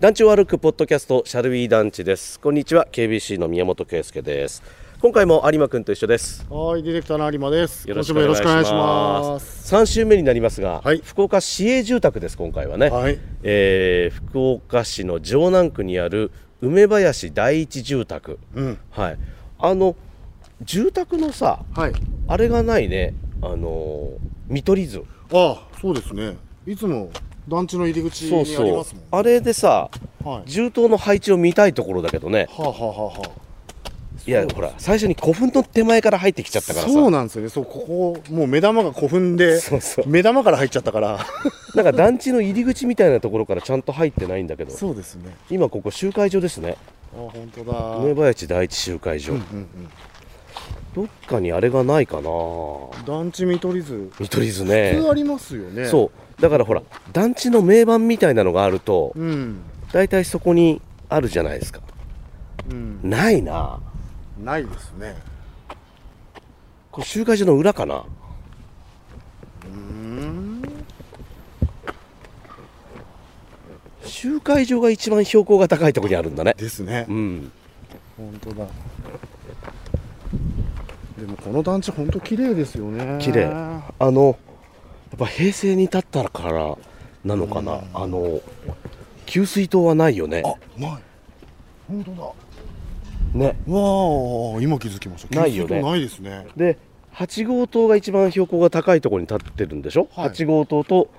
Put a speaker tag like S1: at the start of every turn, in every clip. S1: 団地を歩くポッドキャストシャルウィー団地ですこんにちは KBC の宮本圭介です今回も有馬くんと一緒です
S2: はい、ディレクターの有馬です。
S1: よろしく
S2: 今
S1: お
S2: 週も
S1: 願いしま
S2: ますす。
S1: 三週目になりますが、
S2: はい
S1: 福岡市営住宅です今回はね、
S2: はい
S1: えー福岡市の城南区にある梅林第一住宅、
S2: うん、
S1: はいあの住宅のさ
S2: はい。
S1: あれがないねあのー見取り図
S2: ああ、そうですね。いつも団地の入り口にありますもん。
S1: あれでさ、
S2: はい
S1: 銃刀の配置を見たいところだけどね
S2: はあ、はあはあはい
S1: やほら最初に古墳の手前から入ってきちゃっ
S2: あ、
S1: たから
S2: そう
S1: さ
S2: なんですよね。そうここもう目玉が古墳で
S1: そうそう
S2: 目玉から入っちゃっ たから。
S1: なんか団地の入り口みたいなところからちゃんと入ってないんだけど
S2: そうですね。
S1: 今ここ集会所ですね
S2: ああ、本当
S1: 梅
S2: だ。
S1: 林第一集会所、
S2: うん
S1: どっかにあれがないかな
S2: うん、団地見取り図。
S1: 見取り図
S2: 普
S1: ね
S2: 通ありますよね。
S1: そうだからほら団地の名盤みたいなのがあると
S2: う。うん。
S1: 大体そこにあるじゃないですか
S2: うん。
S1: ないな
S2: ないですね。
S1: これ集会所の裏かな
S2: うーん。
S1: 集会所が一番標高が高いところにあるんだね
S2: ですね
S1: う。ん
S2: 本当だ。でもこの団地本当綺麗ですよね。
S1: 綺麗あのやっぱ平成に経ったからなのかな、あの給水塔はないよね
S2: あ、ない。本当だ。わ
S1: ね
S2: あ、今気づきました。
S1: ないよね
S2: 給水塔ないですね。
S1: で8号棟が一番標高が高いところに立ってるんでしょ、
S2: はい
S1: 8号棟と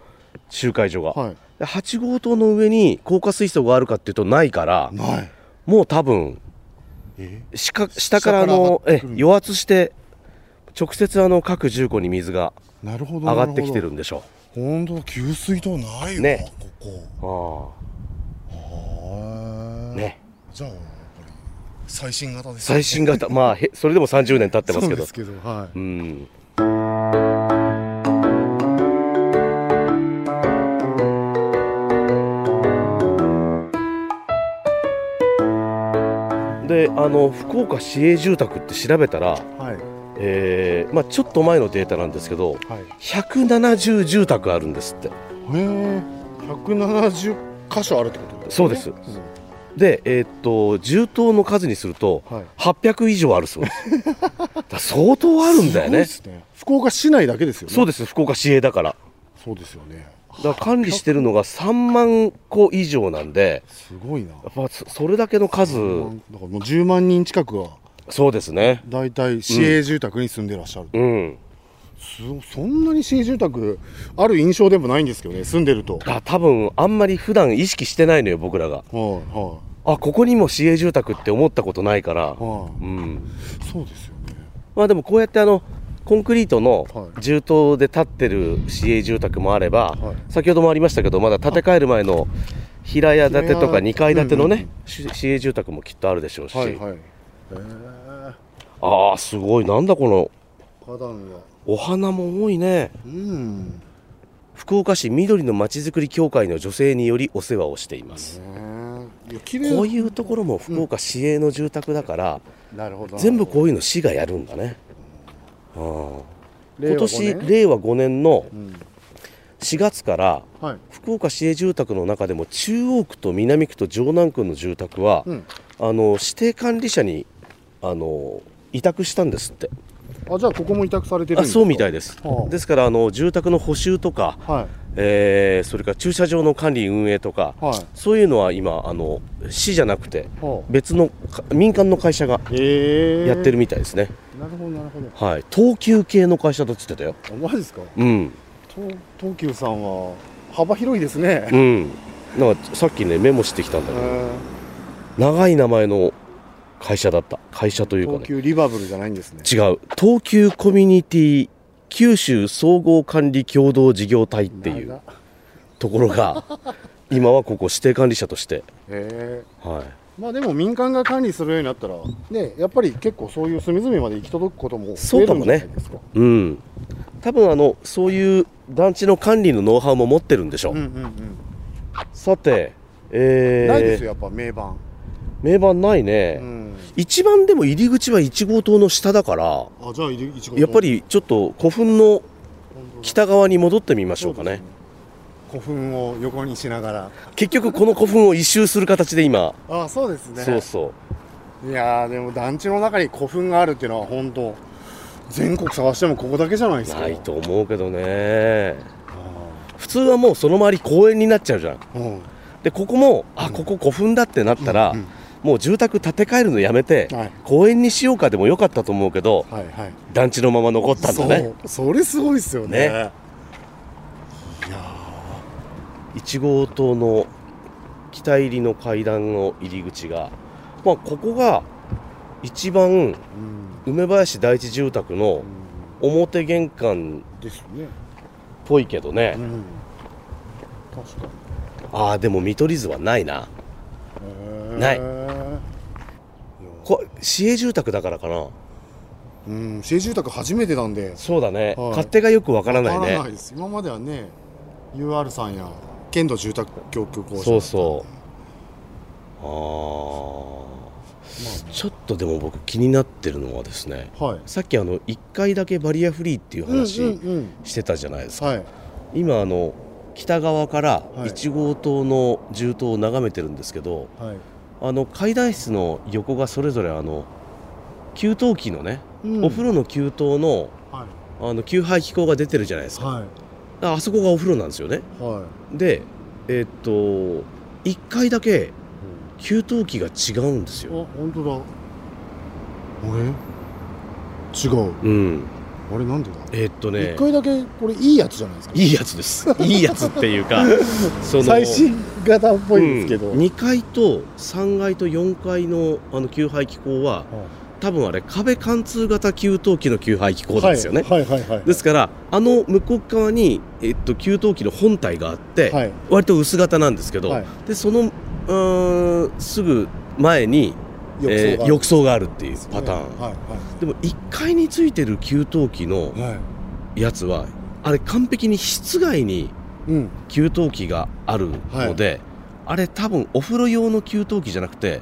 S1: 集会所が、
S2: は
S1: で8号棟の上に高架水槽があるかっていうとないから
S2: い。ない。
S1: もう多分
S2: え？
S1: しか下からあの
S2: 下から上がって
S1: え
S2: くる
S1: 与圧して直接あの各住戸に水が
S2: なるほど。
S1: 上がってきてる
S2: なる
S1: んでしょ
S2: ほど。本当だ給水塔ないわ。
S1: ね
S2: ここ。
S1: あ
S2: は
S1: あ
S2: い。
S1: ね。
S2: じゃあやっぱり最新型です、ね。
S1: 最新型まあへそれでも30年経ってます
S2: そう
S1: け
S2: で
S1: ど
S2: すけど、はい。
S1: うんであの福岡市営住宅って調べたら、
S2: はい
S1: えーまあ、ちょっと前のデータなんですけど
S2: はい。
S1: 170住宅あるんですって
S2: へえ。百七十箇所あるってことね
S1: そうです
S2: ん
S1: で、えーっと住棟の数にすると
S2: はい
S1: 800以上あるそうです だから相当あるんだよね
S2: すごいっすね。福岡市内だけですよね。
S1: そうです福岡市営だから
S2: そうですよね。
S1: だから管理してるのが3万個以上なんです
S2: ごいな。
S1: やっぱそそれだけの数
S2: なんだからもう10万人近くが
S1: そうですね
S2: 大体市営住宅に住んでらっしゃる、
S1: うん
S2: すそんなに市営住宅ある印象でもないんですけどね住んでるとはい
S1: だ多分あんまり普段意識してないのよ僕らが
S2: は
S1: あここにも市営住宅って思ったことないから
S2: いは
S1: うん
S2: いそうですよね
S1: まあでもこうやってあのコンクリートの
S2: はい
S1: 重棟で建ってる市営住宅もあれば、
S2: はい
S1: 先ほどもありましたけどまだ建て替える前の平屋建てとか
S2: 平屋
S1: 2階建ての
S2: うんう
S1: ね
S2: ん、
S1: し市営住宅もきっとあるでしょうし、
S2: はいはいへえ
S1: ああすごいなんだこの
S2: 花壇が
S1: お花も多いね
S2: うんね
S1: 福岡市緑のまちづくり協会の女性によりお世話をしています、
S2: えいや綺
S1: こう
S2: 麗
S1: いうところも福岡市営の住宅だから、
S2: なるほど
S1: 全部こ
S2: う
S1: ういうの市がやるんだね、うん今
S2: 令和
S1: 年
S2: 5年
S1: 令和5年の
S2: うん
S1: 4月から
S2: はい
S1: 福岡市営住宅の中でも中央区と南区と城南区の住宅は、
S2: うん
S1: あの指定管理者にあの委託したんですって
S2: あじゃあここも委託されてるん
S1: あ
S2: ですか
S1: そうみたいです、
S2: はあ
S1: ですからあの住宅の補修とか、
S2: はい
S1: えーそれから駐車場の管理運営とか、
S2: はい
S1: そういうのは今あの市じゃなくて
S2: はあ
S1: 別のか民間の会社が
S2: へえ
S1: やってるみたいですね、
S2: なるほどなるほど
S1: はい東急系の会社だっつってたよ
S2: あマジですか
S1: うん
S2: 東東急さんは幅広いですね、
S1: うんなんかさっきねメモしてきたんだけど
S2: え
S1: 長い名前の会社だった会社とい
S2: ー
S1: うか
S2: 東
S1: ね
S2: 急リバブルじゃないんですね
S1: 違う東急コミュニティ九州総合管理共同事業体っていう
S2: 長
S1: ところ が今はここ指定管理者として
S2: へ
S1: はい
S2: ーまあでも民間が管理するようになったらねやっぱり結構そういう隅々まで行き届くことも
S1: そう
S2: 増え
S1: か
S2: る
S1: も
S2: ん
S1: ね
S2: じゃないですか
S1: うん、多分あのそういう団地の管理のノウハウも持ってるんでしょう、
S2: うんうんうん、
S1: さて、えー
S2: ないですよやっぱ名盤、
S1: 名盤ないね、
S2: うん、
S1: 一番でも入り口は1号棟の下だから
S2: あじゃあいりいちご
S1: やっぱりちょっと古墳の
S2: 本当だ
S1: 北側に戻ってみましょうかね
S2: そですね古墳を横にしながら
S1: 結局この古墳を一周する形で今、
S2: ああそうですね
S1: そうそう
S2: いやーでも団地の中に古墳があるっていうのは本当全国探してもここだけじゃないですか
S1: ないと思うけどね
S2: あ
S1: 普通はもうその周り公園になっちゃうじゃん
S2: あうん
S1: でここもあここ古墳だってなったら、
S2: うん
S1: もう住宅建て替えるのやめて、
S2: はい
S1: 公園にしようかでもよかったと思うけど
S2: はいはい
S1: 団地のまま残ったんだね
S2: そうそれすごいですよね
S1: ね
S2: いや
S1: 1号棟の北入りの階段の入り口が、まあ、ここが一番
S2: ーうん、
S1: 梅林第一住宅の
S2: うん
S1: 表玄関
S2: ですね
S1: っぽいけどね、
S2: うん確か
S1: ああでも見取り図はないな
S2: にへー
S1: ない
S2: や
S1: こ市営住宅だからかな
S2: うん市営住宅初めてなんで
S1: そうだね、
S2: はい
S1: 勝手がよくわからない
S2: わ
S1: ね
S2: からないです今まではね UR さんや県土住宅供給公社
S1: そうそうああちょっとでも僕気になってるのはですね
S2: まあはい
S1: さっきあの1回だけバリアフリーっていう話、
S2: うんうんうん
S1: してたじゃないですか
S2: はい
S1: 今あの北側から
S2: はい
S1: 1号棟の銃塔を眺めてるんですけど、
S2: はい
S1: あの階段室の横がそれぞれあの給湯器のね、
S2: うん
S1: お風呂の給湯の
S2: はい
S1: あの給排気口が出てるじゃないですか
S2: は
S1: ああそこがお風呂なんですよね
S2: いはい
S1: でえっと1階だけ給湯器が違うんですよ
S2: あ本当だあれ違う
S1: うん
S2: あれなんでだ
S1: えっと
S2: 一
S1: ね
S2: 回だけこれいいやつじゃないですか
S1: いいやつですいいやつっていうかその
S2: 最新型っぽいんですけど、
S1: うん2階と3階と4階のあの給排気口は多分あれ壁貫通型給湯器の給排気口なんですよね、
S2: はいはいはいはい
S1: ですからあの向こう側に、えっと、給湯器の本体があって、
S2: はい
S1: 割と薄型なんですけど、
S2: はい
S1: でそのうーんすぐ前に
S2: 浴槽
S1: え
S2: が
S1: ー浴槽があるっていうパターン、
S2: はい
S1: でも1階についてる給湯器の
S2: はいはい
S1: やつはあれ完璧に室外に
S2: うん
S1: 給湯器があるので、あれ多分お風呂用の給湯器じゃなくて、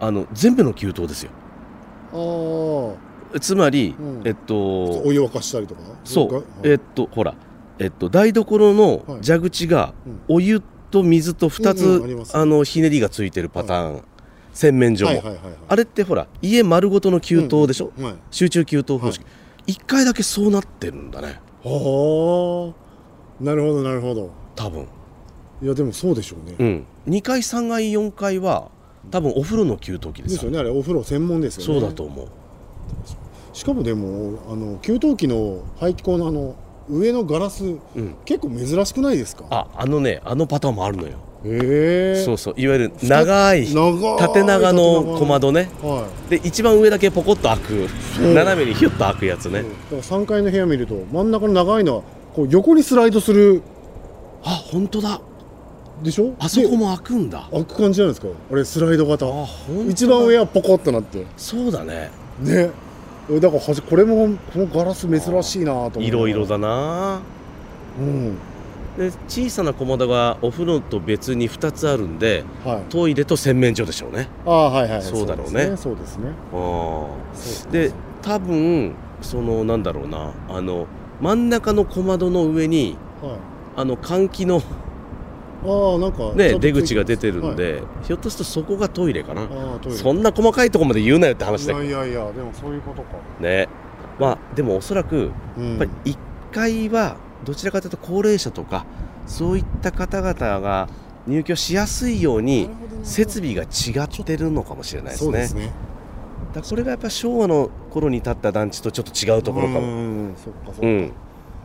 S1: あの全部の給湯ですよ
S2: あー
S1: つまり、
S2: うん
S1: えっと
S2: お湯沸かしたりとか
S1: そう、
S2: なんか
S1: えっとほら、えっと、台所の
S2: はい
S1: 蛇口が
S2: うん
S1: お湯と水と2つ、
S2: うんうんあります
S1: あのひねりがついてるパターン、洗面所も、
S2: はいはいはいはい
S1: あれってほら家丸ごとの給湯でしょ、
S2: はい
S1: 集中給湯方式、1回だけそうなってるんだね
S2: はあなるほどなるほど
S1: 多分
S2: いやでもそうでしょうね、
S1: うん2階3階4階は多分お風呂の給湯器で
S2: ですすよねあれお風呂専門ですよ
S1: そ
S2: ね
S1: うだと思う
S2: しかもでもあの給湯器の排気口のあの上のガラス、
S1: ん
S2: 結構珍しくないですか
S1: ああのねあのパターンもあるのよ
S2: へえ
S1: そうそういわゆる長い
S2: 長い
S1: 縦長の小窓ね
S2: は
S1: で一番上だけポコッと開く
S2: う
S1: 斜めにヒュッと開くやつ
S2: い、
S1: ね
S2: うんだから3階の部屋見ると真ん中の長いのはこう横にスライドする
S1: あ本当だ
S2: でしょ
S1: あそこ
S2: で
S1: も開くんだ
S2: 開く感じじゃないですかあれスライド型
S1: あ本当だ
S2: 一番上はポコッとなって
S1: そうだね
S2: ねえだからはじこれもこのガラス珍しいなと思
S1: いろいろ
S2: だ
S1: だな
S2: うん
S1: で小さな小窓がお風呂と別に2つあるんで
S2: はい
S1: トイレと洗面所でしょうね
S2: ああはいはい
S1: そうだろうね
S2: そうですね
S1: あ
S2: そうで
S1: ー
S2: すね
S1: で多分そのなんだろうなあの真ん中の小窓の上に
S2: はい
S1: あの換気の、
S2: ああなんかちょっ
S1: ね、
S2: と
S1: 出口が出てるん
S2: はい
S1: で、ひょっとするとそこがトイレかな
S2: ああトイレ
S1: そんな細かいとこまで言うなよって話だよ
S2: いやいやいやでもそういうことか
S1: ねまあでもおそらく
S2: うん
S1: やっぱり1階はどちらかというと高齢者とかそういった方々が入居しやすいように
S2: なるほどね
S1: 設備が違ってるのかもしれないです
S2: そう
S1: ね
S2: ですね
S1: だからこれがやっぱ昭和の頃に建った団地とちょっと違うところか
S2: う
S1: も
S2: んそっかそっか
S1: うん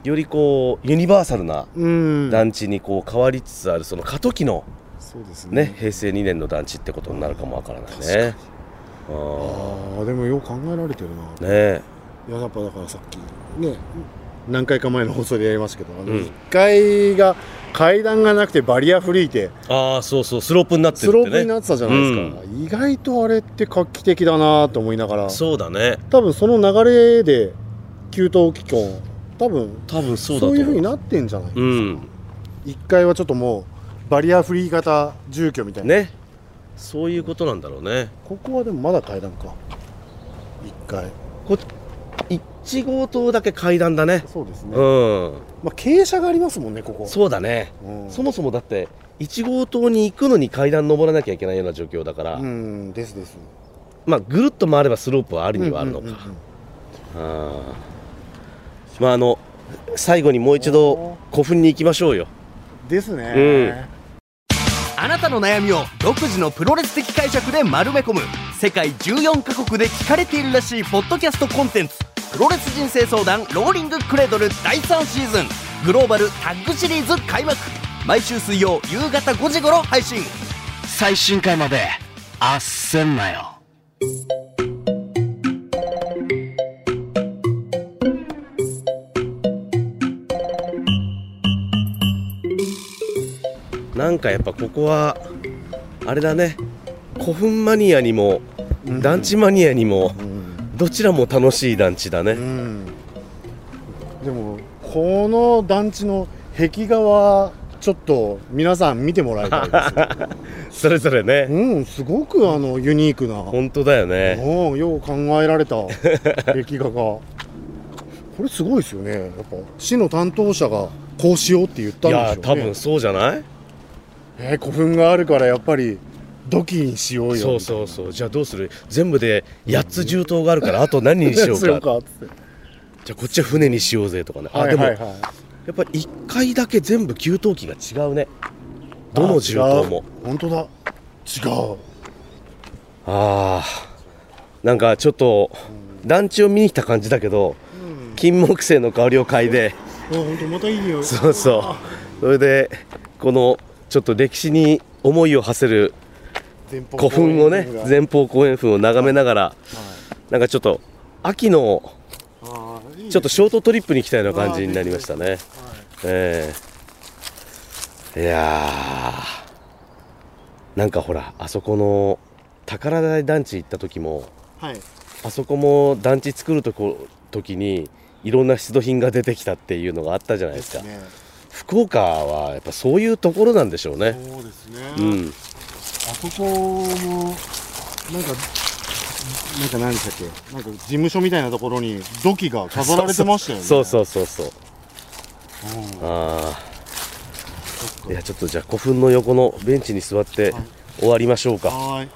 S1: よりこうユニバーサルな
S2: うん
S1: 団地にこう変わりつつあるその過渡期の
S2: そうですね
S1: ね平成2年の団地ってことになるかもわからないねあー
S2: ああでもよく考えられてるな
S1: ねえ
S2: いややっぱだからさっきね何回か前の放送でやりましたけどあ
S1: う
S2: の
S1: ん
S2: 1階が階段がなくてバリアフリーで
S1: ああそうそうスロープになってる
S2: ス
S1: ってね
S2: ロープになってたじゃないですか意外とあれって画期的だなと思いながら
S1: そうだね
S2: 多分その流れで給湯器庫多分
S1: 多分そうだと
S2: そ
S1: 思
S2: ういうふうになってんじゃない
S1: うん
S2: 1階はちょっともうバリアフリー型住居みたいな、
S1: ねそういうことなんだろうね
S2: ここはでもまだ階段か1階
S1: こ1号棟だけ階段だね
S2: そうですね、
S1: うん
S2: まあ、傾斜がありますもんねここ
S1: そうだね
S2: うん
S1: そもそもだって1号棟に行くのに階段登らなきゃいけないような状況だから、
S2: うんですです
S1: まあぐるっと回ればスロープはあるにはあるのか、
S2: うんうんうんうん
S1: あーまああの最後にもう一度古墳に行きましょうよ
S2: ですね、
S3: あなたの悩みを独自のプロレス的解釈で丸め込む世界14カ国で聞かれているらしいポッドキャストコンテンツ「プロレス人生相談ローリングクレードル」第3シーズングローバルタッグシリーズ開幕毎週水曜夕方5時頃配信
S4: 最新回まであっせんなよ
S1: なんかやっぱここはあれだね古墳マニアにも
S2: うん
S1: 団地マニアにも
S2: うん、
S1: どちらも楽しい団地だ
S2: う
S1: ね
S2: ん、でもこの団地の壁画はちょっと皆さん見てもらいたいで す
S1: そ
S2: ね
S1: れぞれね
S2: うんすごくあのユニークな
S1: 本当だよね
S2: うん、よう考えられた壁画がこれすごいですよねやっぱ市の担当者がこうしようって言
S1: い
S2: ったん
S1: や
S2: ですよ
S1: 多
S2: ね
S1: 分そうじゃない
S2: えー古墳があるからやっぱり土器にしようよ
S1: そうそうそうじゃあどうする全部で8つ銃刀があるからあと何にしよう
S2: 強
S1: か
S2: かっつって
S1: じゃあこっちは船にしようぜとかねあ
S2: は
S1: で
S2: い
S1: も
S2: はい
S1: や
S2: はい
S1: っぱり1回だけ全部給湯器が違うねどの銃刀も
S2: あ違う本当だ違う
S1: あーなんかちょっと団地を見に来た感じだけど、金木犀の香りを嗅いで
S2: あ本当またいい匂 い
S1: そうそうそれでこのちょっと歴史に思いを馳せる古墳をね前方後円墳を眺めながらなんかちょっと秋のちょっとショートトリップに来たような感じになりましたねええいやーなんかほらあそこの宝台団地行った時も
S2: はい
S1: あそこも団地作るとこ時にいろんな出土品が出てきたっていうのがあったじゃないですか
S2: ね
S1: 福岡はやっぱそういうところなんでしょうね
S2: そうですね、
S1: うん
S2: あそこもなんかなんか何でしたっけなんか事務所みたいなところに土器が飾られてましたよね
S1: そうそううそうそう
S2: うん
S1: ああいやちょっとじゃあ古墳の横のベンチに座って終わりましょうか
S2: はーい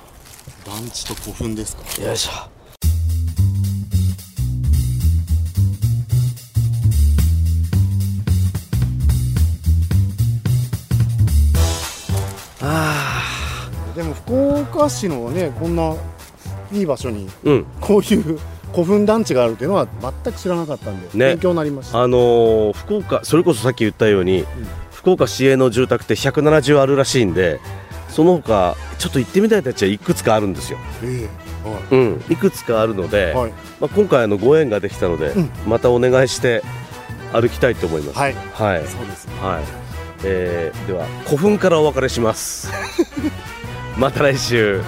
S2: 団地と古墳ですか
S1: よいしょ
S2: でも福岡市のねこんないい場所に
S1: うん
S2: こういう 古墳団地があるっていうのは全く知らなかったんで、
S1: ね
S2: 勉強になりました
S1: あのー福岡それこそさっき言ったように、福岡市営の住宅って170あるらしいんでその他ちょっと行ってみたいたちはいくつかあるんですよ、
S2: え
S1: うん、いくつかあるの
S2: え
S1: で、
S2: はい
S1: まあ、今回あのご縁ができたので、
S2: ん
S1: またお願いして歩きたいと思います
S2: はい、
S1: はい、
S2: そうですね
S1: はいえーでは古墳からお別れしますまた来週